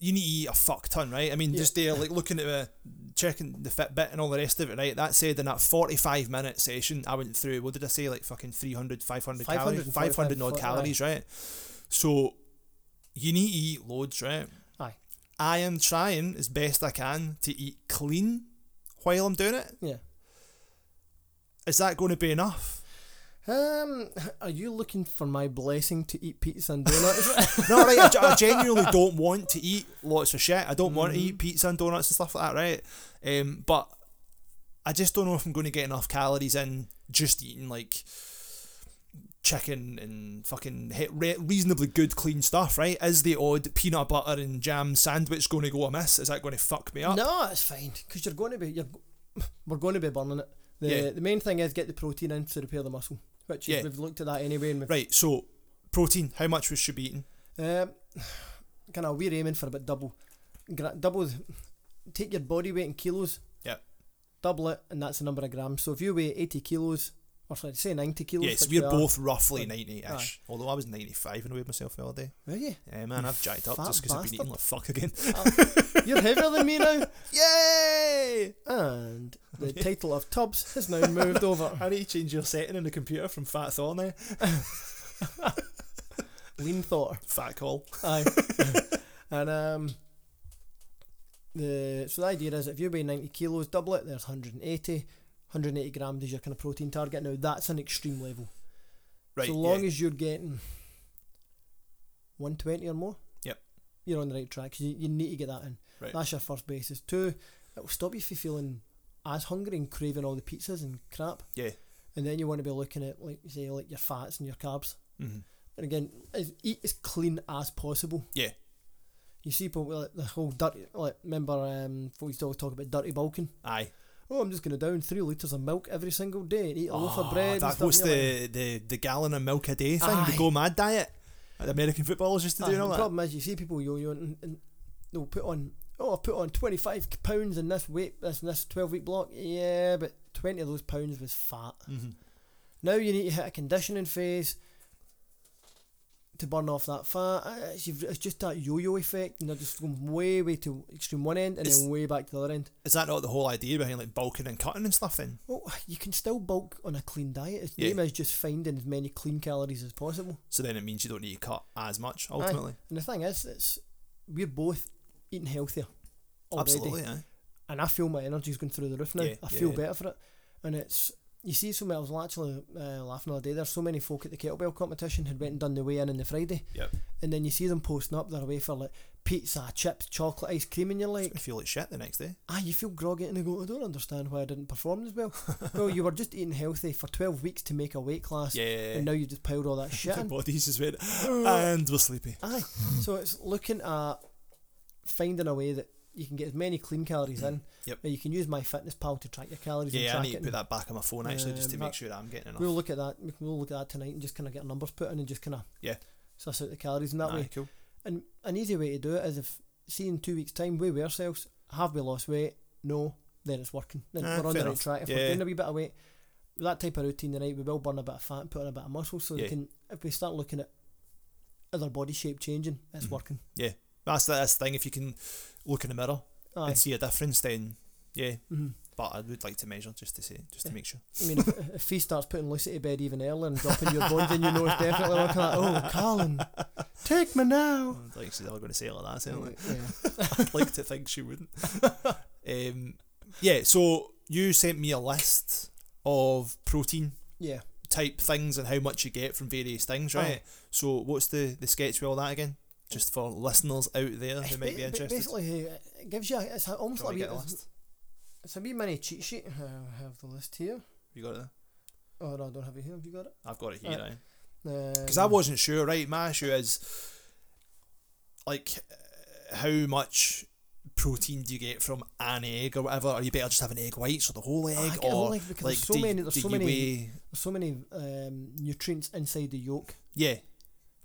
S2: you need to eat a fuck ton, right? I mean,
S1: Yeah.
S2: just there, like looking at the checking the Fitbit and all the rest of it, right? That said, in that forty-five minute session, I went through. What did I say? Like fucking 300, 500 calories,
S1: 545
S2: five hundred odd
S1: foot,
S2: calories, right? So you need to eat loads, right?
S1: Aye.
S2: I am trying as best I can to eat clean while I'm doing it.
S1: Yeah.
S2: Is that going to be enough?
S1: Um, are you looking for my blessing to eat pizza and donuts?
S2: No, right. I, ge- I genuinely don't want to eat lots of shit. I don't want to
S1: Mm.
S2: eat pizza and donuts and stuff like that, right? Um, but I just don't know if I'm going to get enough calories in just eating like chicken and fucking he- re- reasonably good clean stuff, right? Is the odd peanut butter and jam sandwich going to go amiss? Is that going to fuck me up?
S1: no, it's fine because you're going to be you're we're going to be burning it. The
S2: Yeah.
S1: the main thing is get the protein in to repair the muscle, which is,
S2: Yeah.
S1: we've looked at that anyway and we've
S2: Right. So protein. How much we should be eating?
S1: Um, kind of we're aiming for about double, gra- double. th- Take your body weight in kilos.
S2: Yep.
S1: Double it, and that's the number of grams. So if you weigh eighty kilos, or sorry, say ninety kilos.
S2: yes,
S1: which
S2: we're
S1: we are-
S2: both roughly
S1: Aye.
S2: ninety-ish. Although I was ninety-five and weighed myself the other day.
S1: Were you?
S2: Yeah, man, I've jacked up
S1: fat
S2: just because I've been
S1: bastard.
S2: eating like fuck again.
S1: You're heavier than me now.
S2: Yay!
S1: And the title of Tubbs has now moved over.
S2: I need to change your setting in the computer from Fat Thor now.
S1: Lean Thor.
S2: Fat Call.
S1: Aye. and um, the so the idea is if you weigh ninety kilos, double it. There's 180. 180 grams is your kind of protein target. Now that's an extreme level.
S2: Right.
S1: so long as you're getting 120 or more,
S2: Yep.
S1: you're on the right track. 'cause You, you need to get that in.
S2: Right.
S1: That's your first basis. Two, it'll stop you from feeling as hungry and craving all the pizzas and crap.
S2: yeah.
S1: And then you want to be looking at, like, say, like your fats and your carbs.
S2: yeah. hmm
S1: And again, as, eat as clean as possible.
S2: Yeah.
S1: You see people with like, the whole dirty, like, remember, um, folk used to always talk about dirty bulking.
S2: Aye.
S1: Oh, I'm just going to down three litres of milk every single day and eat a loaf of bread. and
S2: Ah, That
S1: stuff,"
S2: was
S1: and you're like-
S2: the, the, the gallon of milk a day thing,
S1: Aye.
S2: the Go Mad diet. that The American footballers used to do
S1: Aye,
S2: and all
S1: Ah, the
S2: that.
S1: problem is you see people yo-yo and, and they'll put on oh, I put on twenty five pounds in this weight, this this twelve week block. Yeah, but twenty of those pounds was fat.
S2: Mhm.
S1: Now you need to hit a conditioning phase to burn off that fat. Uh, It's, you've- it's just that yo-yo effect, and they're just going way, way to extreme one end and
S2: It's-
S1: then way back to the other end.
S2: Is that not the whole idea behind like bulking and cutting and stuff? Then
S1: Well, you can still bulk on a clean diet. Its
S2: Yeah.
S1: aim is just finding as many clean calories as possible.
S2: so then it means you don't need to cut as much ultimately.
S1: And the thing is, it's we're both eating healthier already,
S2: Absolutely, yeah.
S1: and I feel my energy's going through the roof now.
S2: Yeah,
S1: I
S2: yeah,
S1: feel
S2: yeah.
S1: better for it, and it's you see so many. I was actually uh, laughing the other day. There's so many folk at the kettlebell competition had went and done the weigh in on the Friday,
S2: Yep.
S1: and then you see them posting up their way for like pizza, chips, chocolate, ice cream, and you're like,
S2: I feel like shit the next day.
S1: ah, you feel groggy, and they go, I don't understand why I didn't perform as well. well, you were just eating healthy for 12 weeks to make a weight class,
S2: Yeah.
S1: and now you just piled all that shit
S2: The
S1: in.
S2: bodies just went, and we're sleepy.
S1: Aye. So it's looking at finding a way that you can get as many clean calories in.
S2: Yep.
S1: Now, You can use my fitness pal to track your calories and
S2: Yeah, I
S1: track
S2: need to
S1: it.
S2: put that back on my phone actually just to
S1: Um,
S2: make
S1: that-
S2: sure that I'm getting enough.
S1: we'll look at that. we can- We'll look at that tonight and just kind of get our numbers put in and just kind of
S2: Yeah.
S1: suss out the calories in that
S2: Aye,
S1: way.
S2: cool.
S1: And an easy way to do it is if see in two weeks' time weigh ourselves, have we lost weight? No, then it's working. Then
S2: Ah,
S1: we're on the
S2: fair
S1: right
S2: enough.
S1: track. If
S2: Yeah.
S1: we're doing a wee bit of weight, with that type of routine tonight, we will burn a bit of fat and put on a bit of muscle. So we
S2: Yeah.
S1: can if we start looking at other body shape changing, it's
S2: Mhm.
S1: working.
S2: That's the, that's the thing. If you can look in the mirror
S1: Aye.
S2: and see a difference, then yeah.
S1: Mhm.
S2: But I would like to measure just to see, just to
S1: Yeah.
S2: make sure.
S1: I mean, if, if he starts putting Lucy to bed even earlier and dropping your bones, then you know it's definitely looking like, oh, Colin, take me now. Uh,
S2: I'd like she's never going to say it like that. Certainly,
S1: Yeah.
S2: I'd like to think she wouldn't. um, yeah. So you sent me a list of protein
S1: yeah.
S2: type things and how much you get from various things, right? So what's the the sketch with all that again? Just for listeners out there who might
S1: Ba-
S2: be
S1: ba-
S2: interested.
S1: Basically, uh, it gives you, a, it's a- almost
S2: Do you want
S1: like
S2: me
S1: a
S2: to get a
S1: wee,
S2: list?
S1: it's a wee mini cheat sheet. Uh, I have the list here.
S2: You got it. there?
S1: Oh, no, I don't have it here. Have you got it? Um,
S2: I've got it here.
S1: Right.
S2: Right.
S1: Because
S2: because I wasn't sure. Right, my issue is like uh, how much protein do you get from an egg or whatever? Or you better just have an egg whites or the whole egg,
S1: I get a
S2: or
S1: whole
S2: oh, like,
S1: egg because there's so
S2: do,
S1: many, there's
S2: do
S1: so
S2: you
S1: many,
S2: weigh?
S1: there's so many um, nutrients inside the yolk.
S2: Yeah,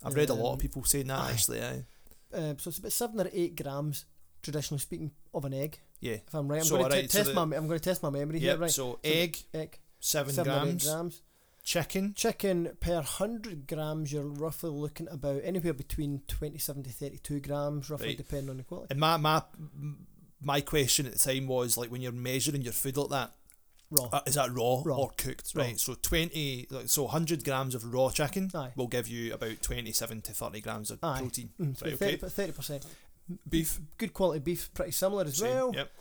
S2: I've read a lot
S1: Um,
S2: of people saying that
S1: aye.
S2: actually. Aye.
S1: Uh, so it's about seven or eight grams, traditionally speaking, of an egg.
S2: Yeah.
S1: If I'm right, I'm
S2: So,
S1: going
S2: alright,
S1: to
S2: so
S1: test
S2: the-
S1: my, I'm going to test my memory here,
S2: Yep,
S1: right?
S2: So
S1: the
S2: egg
S1: egg,
S2: seven,
S1: seven or eight
S2: grams,
S1: grams.
S2: chicken.
S1: Chicken per 100 grams, you're roughly looking about anywhere between 27 to 32 grams, roughly,
S2: Right.
S1: depending on the quality.
S2: And my my my question at the time was like when you're measuring your food like that,
S1: Raw.
S2: uh, is that raw,
S1: Raw.
S2: or cooked?
S1: Raw.
S2: Right. So twenty, like, so hundred grams of raw chicken
S1: Aye.
S2: will give you about twenty-seven to thirty grams of
S1: Aye.
S2: protein.
S1: Mm, so
S2: right,
S1: 30,
S2: okay.
S1: 30%.
S2: Beef.
S1: Good quality beef, pretty similar as
S2: Same,
S1: well.
S2: Yep.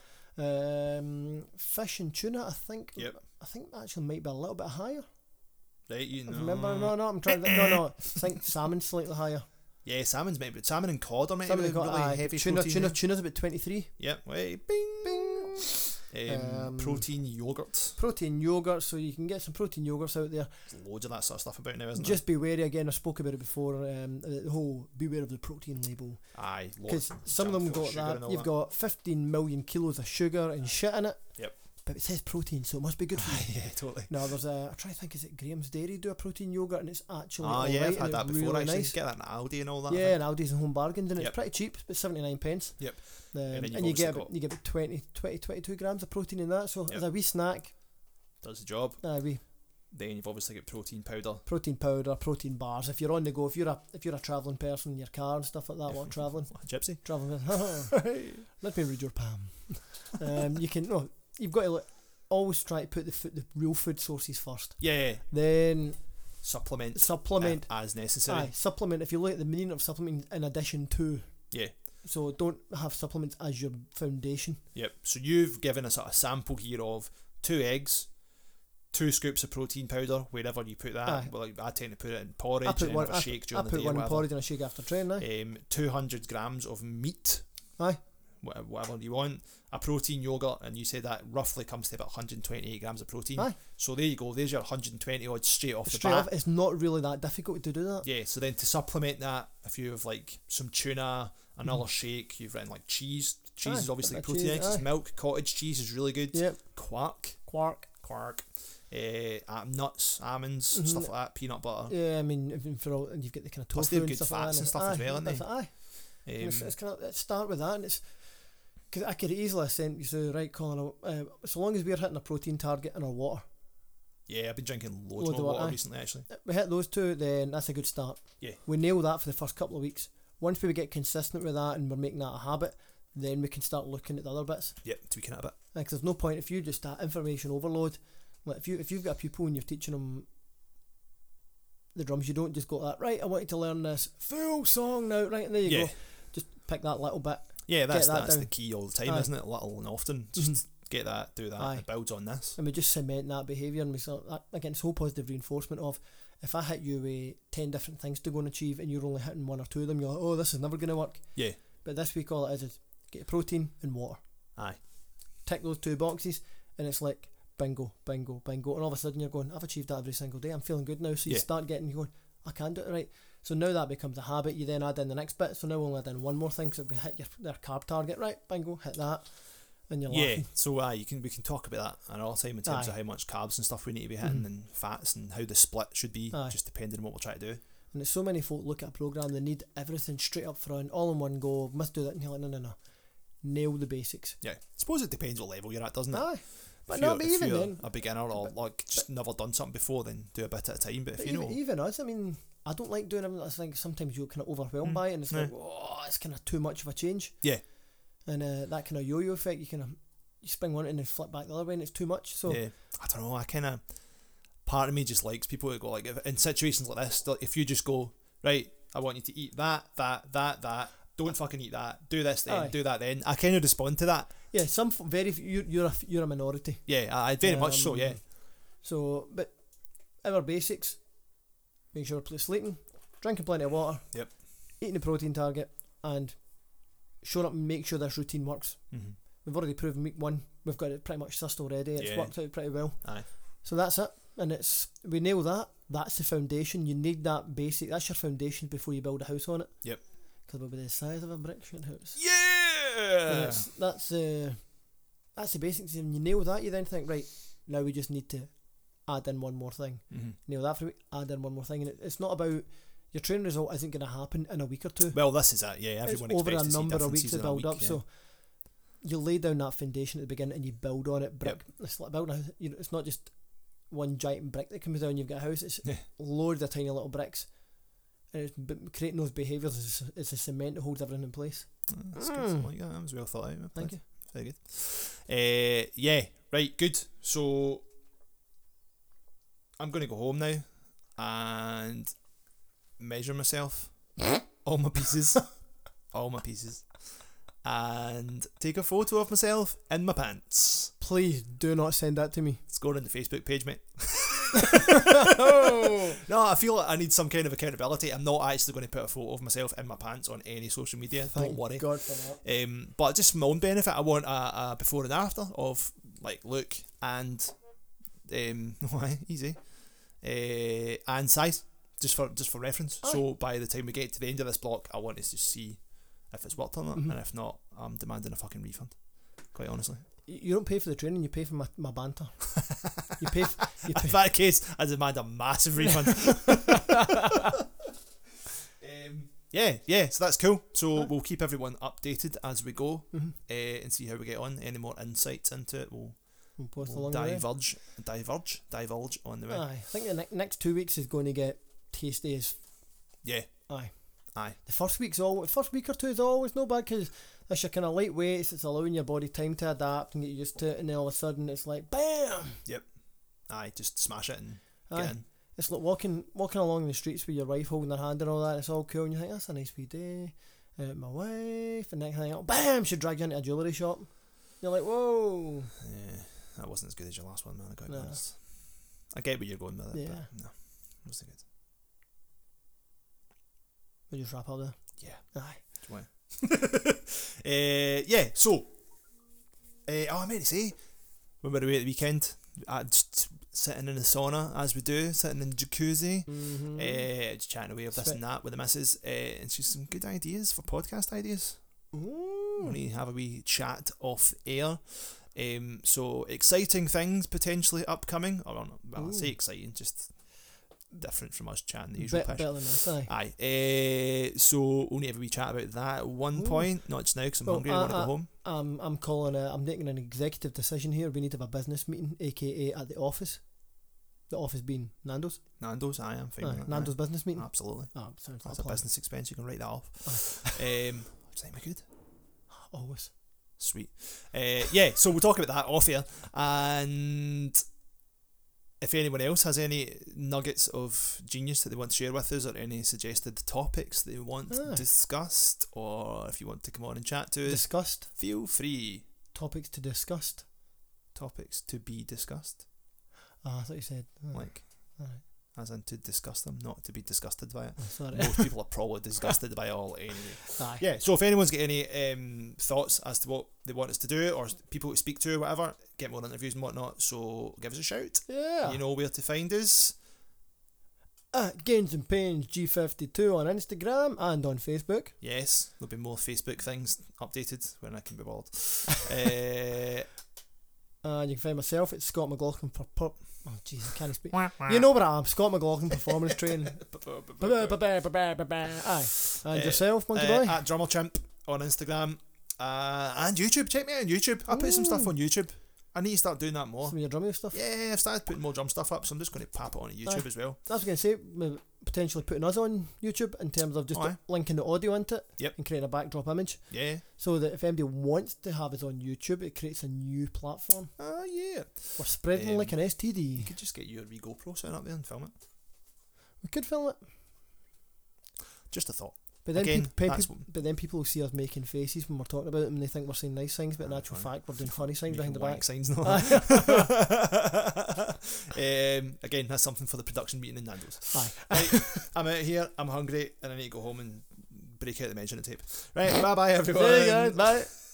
S1: Um, fish and tuna, I think.
S2: Yep.
S1: I think actually might be a little bit higher.
S2: Right. You
S1: I
S2: know.
S1: Remember? No, no, I'm trying to. No, no. I think salmon's slightly higher.
S2: Yeah, salmon's maybe salmon and cod are maybe
S1: Salmon got
S2: really
S1: aye,
S2: heavy
S1: tuna,
S2: protein.
S1: tuna, tuna's about 23.
S2: Yep. Wait. Bing.
S1: Bing.
S2: Um,
S1: Um,
S2: protein yogurt.
S1: Protein yogurt, so you can get some protein yogurts out there.
S2: There's loads of that sort of stuff about now, isn't
S1: Just be wary again. I spoke about it before. Um, the whole beware of the protein label
S2: there? Aye. Loads.
S1: because some of them
S2: junk full
S1: got
S2: of sugar and
S1: that.
S2: all
S1: You've
S2: that.
S1: got 15 million kilos of sugar and shit in it.
S2: Yep.
S1: But it says protein, so it must be good for you.
S2: yeah, totally.
S1: No, there's a. I try to think. Is it Graham's Dairy do a protein yogurt and it's actually.
S2: Ah, yeah,
S1: alright
S2: I've had
S1: and
S2: that
S1: it's
S2: before.
S1: really
S2: actually,
S1: nice.
S2: get that in Aldi and all that. I
S1: Yeah,
S2: think.
S1: and Aldi's and home bargains, and
S2: Yep.
S1: it's pretty cheap. It's seventy nine pence.
S2: Yep.
S1: Um,
S2: then
S1: and,
S2: you've
S1: you get
S2: obviously
S1: about, you get about 20, 20, 22 grams of protein in that. So
S2: Yep.
S1: as a wee snack,
S2: does the job.
S1: a wee
S2: Then you've obviously got protein powder.
S1: protein powder, protein bars. If you're on the go, if you're a if you're a travelling person in your car and stuff like that, while travelling,
S2: Like a gypsy.
S1: travelling. Let me read your palm. um, you can no, you've got to look, always try to put the food, the real food sources first.
S2: yeah.
S1: Then
S2: Supplements.
S1: supplement.
S2: uh, as necessary.
S1: aye, supplement. If you look at the meaning of supplement, in addition to.
S2: Yeah.
S1: So don't have supplements as your foundation.
S2: Yep. So you've given us a sample here of two eggs, two scoops of protein powder, wherever you put that.
S1: Aye.
S2: Well, like, I tend to put it in porridge
S1: I put
S2: and
S1: one.
S2: have a
S1: I,
S2: shake
S1: I
S2: during the
S1: put
S2: day. or
S1: one in
S2: whatever.
S1: porridge and a shake after training. aye.
S2: Um, 200 grams of meat.
S1: Aye.
S2: Wha- Whatever you want, a protein yogurt, and you say that roughly comes to about 128 grams of protein.
S1: Aye.
S2: So there you go. There's your 120 odd straight off
S1: Straight
S2: the bat.
S1: off, it's not really that difficult to do that.
S2: Yeah, so then to supplement that, if you have like some tuna, another shake, you've written like cheese. Cheese
S1: Aye,
S2: is obviously
S1: bit of
S2: protein
S1: cheese,
S2: excess.
S1: aye.
S2: Milk, cottage cheese is really good.
S1: Yep.
S2: Quark,
S1: Quark.
S2: quark, eh, uh, nuts, almonds,
S1: Mhm.
S2: stuff like that, peanut butter.
S1: Yeah, I mean, if- if for all, and you've got the kind of
S2: Plus
S1: tofu
S2: they've
S1: and
S2: got
S1: stuff
S2: fats
S1: like that.
S2: and stuff as
S1: aye,
S2: well, ain't
S1: that's- Aye.
S2: Um,
S1: it's, it's kind of let's start with that, and it's Because I could easily have sent you through, right, Colin, uh, so long as we're hitting a protein target in our water.
S2: Yeah, I've been drinking loads
S1: Load
S2: more
S1: of
S2: water
S1: water.
S2: recently, actually.
S1: If we hit those two, then that's a good start.
S2: Yeah.
S1: We nail that for the first couple of weeks. Once we get consistent with that and we're making that a habit, then we can start looking at the other bits.
S2: Yep, tweaking it a bit.
S1: Like, there's no point if you just that information overload. Like, if you if you've got a pupil and you're teaching them the drums, you don't just go that right. I want you to learn this full song now. Right, and there you
S2: Yeah,
S1: go. Just pick that little bit.
S2: yeah, that's
S1: Get that
S2: that's the
S1: down.
S2: key all the time,
S1: Aye. Mm-hmm.
S2: isn't it? Little and often, just get that, do that,
S1: Aye.
S2: it builds on this.
S1: and we just cement that behaviour and we sort that again it's whole positive reinforcement of if I hit you with 10 different things to go and achieve and you're only hitting one or two of them you're like oh this is never going to work
S2: Yeah.
S1: but this week all it is is get protein and water
S2: Aye.
S1: tick those two boxes and it's like bingo bingo bingo and all of a sudden you're going I've achieved that every single day I'm feeling good now so you
S2: Yeah.
S1: start getting going I can do it right so now that becomes a habit you then add in the next bit so now we'll add in one more thing so we hit your, their carb target right bingo hit that and you're
S2: yeah,
S1: laughing
S2: so uh, you can we can talk about that another time in terms
S1: Aye. Mm-hmm.
S2: of how much carbs and stuff we need to be hitting and fats and how the split should be,
S1: Aye.
S2: just depending on what we're trying to do.
S1: And it's so many folk look at a programme, they need everything straight up front, all in one go, must do that. And you're like, no, no, no. Nail the basics.
S2: Yeah, suppose it depends what level you're at, doesn't it?
S1: Aye. But
S2: If
S1: no,
S2: you're-
S1: but
S2: if
S1: even
S2: you're
S1: then,
S2: a beginner or like just never done something before, then do a bit at a time. But if
S1: but
S2: you
S1: even,
S2: know,
S1: even us, I mean, I don't like doing everything. I think sometimes you're kind of overwhelmed by it and it's
S2: Yeah.
S1: like, oh, it's kind of too much of a change.
S2: Mm, Yeah.
S1: And uh, that kind of yo yo effect, you kind of you spring one and then flip back the other way and it's too much. So,
S2: yeah, I don't know. I kind of part of me just likes people that go like if, in situations like this. Like if you just go right, I want you to eat that, that, that, that. Don't fucking eat that. Do this then.
S1: Aye.
S2: Do that then. I kind of respond to that.
S1: yeah, some f- very, f- you're, you're, a, f- you're a minority.
S2: Yeah, I I very much so.
S1: Um,
S2: Yeah,
S1: So, but our basics, make sure we're sleeping, drinking plenty of water,
S2: Yep.
S1: eating the protein target, and showing up and make sure this routine works.
S2: mm-hmm.
S1: We've already proven week one, we've got it pretty much sussed already, it's
S2: Yeah.
S1: worked out pretty well.
S2: Aye.
S1: So that's it, and it's we nail that, that's the foundation, you need that basic, that's your foundation before you build a house on it.
S2: Yep.
S1: Because we'll be the size of a brick shit house. And
S2: yeah.
S1: it's, that's uh, that's the basics, and you nail that, you then think, right, now we just need to add in one more thing
S2: hmm
S1: nail that for me, add in one more thing. And it, it's not about your training result isn't going to happen in a week or two.
S2: Well, this is it. Yeah, everyone
S1: it's over
S2: expects
S1: a
S2: to see
S1: number of
S2: differences
S1: weeks to
S2: in a
S1: build
S2: week,
S1: up.
S2: yeah.
S1: So you lay down that foundation at the beginning and you build on it. Brick. It's like building. A, house, you know, it's not just one giant brick that comes down. You've got a house. It's
S2: Yeah.
S1: loads of tiny little bricks. And it's b- creating those behaviours is is the cement that holds everything in place.
S2: Oh, that's good. Something
S1: Mm.
S2: like that. That was well thought out.
S1: Thank you.
S2: Very good. Uh, yeah, right, good. So I'm going to go home now and measure myself, all my pieces, all my pieces, and take a photo of myself in my pants.
S1: Please do not send that to me.
S2: It's going on the Facebook page, mate. no, I feel like I need some kind of accountability. I'm not actually going to put a photo of myself in my pants on any social media. Don't
S1: Thank
S2: worry.
S1: God for that.
S2: Um, but just for my own benefit, I want a, a before and after of like look and um, why easy, uh, and size just for just for reference.
S1: Aye.
S2: So by the time we get to the end of this block, I want us to see if it's worked or not,
S1: Mhm.
S2: and if not, I'm demanding a fucking refund. Quite honestly,
S1: You you don't pay for the training. You pay for my, my banter. you pay. f- you
S2: in
S1: pay
S2: that case, I demand a massive refund. um, yeah, yeah. So that's cool. So
S1: Aye.
S2: we'll keep everyone updated as we go
S1: Mhm.
S2: uh, and see how we get on. Any more insights into it, we'll
S1: We'll post
S2: We'll
S1: along the way. Ah.
S2: diverge, diverge, diverge on the way.
S1: eh? Aye, I think the ne- next two weeks is going to get tasty as
S2: Yeah,
S1: aye.
S2: Aye.
S1: The first week's all first week or two is always no bad because that's your kind of light weights. It's allowing your body time to adapt and get used to it, and then all of a sudden it's like bam.
S2: aye, just smash it and get
S1: Aye.
S2: in.
S1: It's like walking walking along the streets with your wife holding her hand and all that. It's all cool, and you think that's a nice wee day. Uh, my wife, and next thing, you know, bam, she dragged you into a jewellery shop. You're like, whoa.
S2: Yeah, that wasn't as good as your last one, man. I got
S1: No.
S2: honest. I get where you're going with it,
S1: Yeah.
S2: but no, it wasn't good.
S1: We just wrap up there.
S2: Yeah.
S1: Aye.
S2: Do you want- Eh, yeah, so, eh, oh, I meant to say, when we were away at the weekend, I just sitting in the sauna as we do, sitting in the jacuzzi.
S1: Mm-hmm.
S2: eh, just chatting away of this
S1: Sweat.
S2: and that with the missus, eh, and she's some good ideas for podcast ideas.
S1: Hmm.
S2: when we have a wee chat off air. Um, so exciting things potentially upcoming. Or well, I say
S1: Ooh.
S2: exciting, just different from us chatting the
S1: Bit,
S2: usual Ah.
S1: better than
S2: pish.
S1: this, aye.
S2: Aye. Uh, so only ever we chat about that at one
S1: Ooh.
S2: point. Not just now because I'm
S1: Well,
S2: hungry. and I want to
S1: uh,
S2: go home.
S1: I'm I'm calling a, I'm making an executive decision here. We need to have a business meeting, aka at the office. The office being Nando's.
S2: Nando's. Aye, I'm fine.
S1: Aye,
S2: with that,
S1: Nando's business
S2: aye.
S1: meeting.
S2: Absolutely.
S1: Ah, sounds like
S2: That's a
S1: plan.
S2: business expense. You can write that off. um, is that good?
S1: Always.
S2: Sweet. Uh, yeah, so we'll talk about that off here. And if anyone else has any nuggets of genius that they want to share with us, or any suggested topics they want
S1: Ah.
S2: discussed, or if you want to come on and chat to us,
S1: Discussed
S2: feel free.
S1: topics to discuss.
S2: Topics to be discussed,
S1: Ah, I thought you said. Ah,
S2: like
S1: Alright.
S2: as in to discuss them, not to be disgusted by it.
S1: oh, sorry.
S2: Most people are probably disgusted by all anyway.
S1: Aye.
S2: Yeah, so if anyone's got any um, thoughts as to what they want us to do or people to speak to or whatever, get more interviews and whatnot, so give us a shout.
S1: Yeah.
S2: You know where to find us.
S1: At Gains uh, and Pains G52 on Instagram and on Facebook.
S2: Yes, there'll be more Facebook things updated when I can be bothered. uh,
S1: And you can find myself at Scott McLaughlin. Per- per- oh, jeez, I can't speak. You
S2: you
S1: know where I am, Scott McLaughlin Performance Training.
S2: uh,
S1: Aye. And yourself, Monkey Boy?
S2: at Drummer Chimp on Instagram uh, and YouTube. Check me out on YouTube. I put some stuff
S1: Ooh.
S2: on YouTube. I need to start doing that more.
S1: Some of your drumming stuff.
S2: Yeah, I've started putting more drum stuff up, so I'm just going to pop it on YouTube as well.
S1: That's what I was going to say, maybe potentially putting us on YouTube in terms of just
S2: Aye.
S1: linking the audio into it
S2: Yep.
S1: and creating a backdrop image
S2: Yeah.
S1: so that if anybody wants to have us on YouTube, it creates a new platform.
S2: Oh, yeah.
S1: We're spreading
S2: Um,
S1: like an
S2: You
S1: STD.
S2: could just get your wee GoPro set up there and film it.
S1: We could film it,
S2: Just a thought.
S1: but then,
S2: Again,
S1: peop- pe-
S2: that's
S1: peop-
S2: what-
S1: but then people will see us making faces when we're talking about them and they think we're saying nice things, but in
S2: Aye,
S1: actual
S2: aye.
S1: fact, we're doing funny signs
S2: Making
S1: behind the
S2: wank
S1: back.
S2: signs and all that. um, again, that's something for the production meeting in Nando's.
S1: Aye.
S2: Right, I'm out here. I'm hungry, and I need to go home and break out the measuring tape. Right, bye bye everyone.
S1: Bye.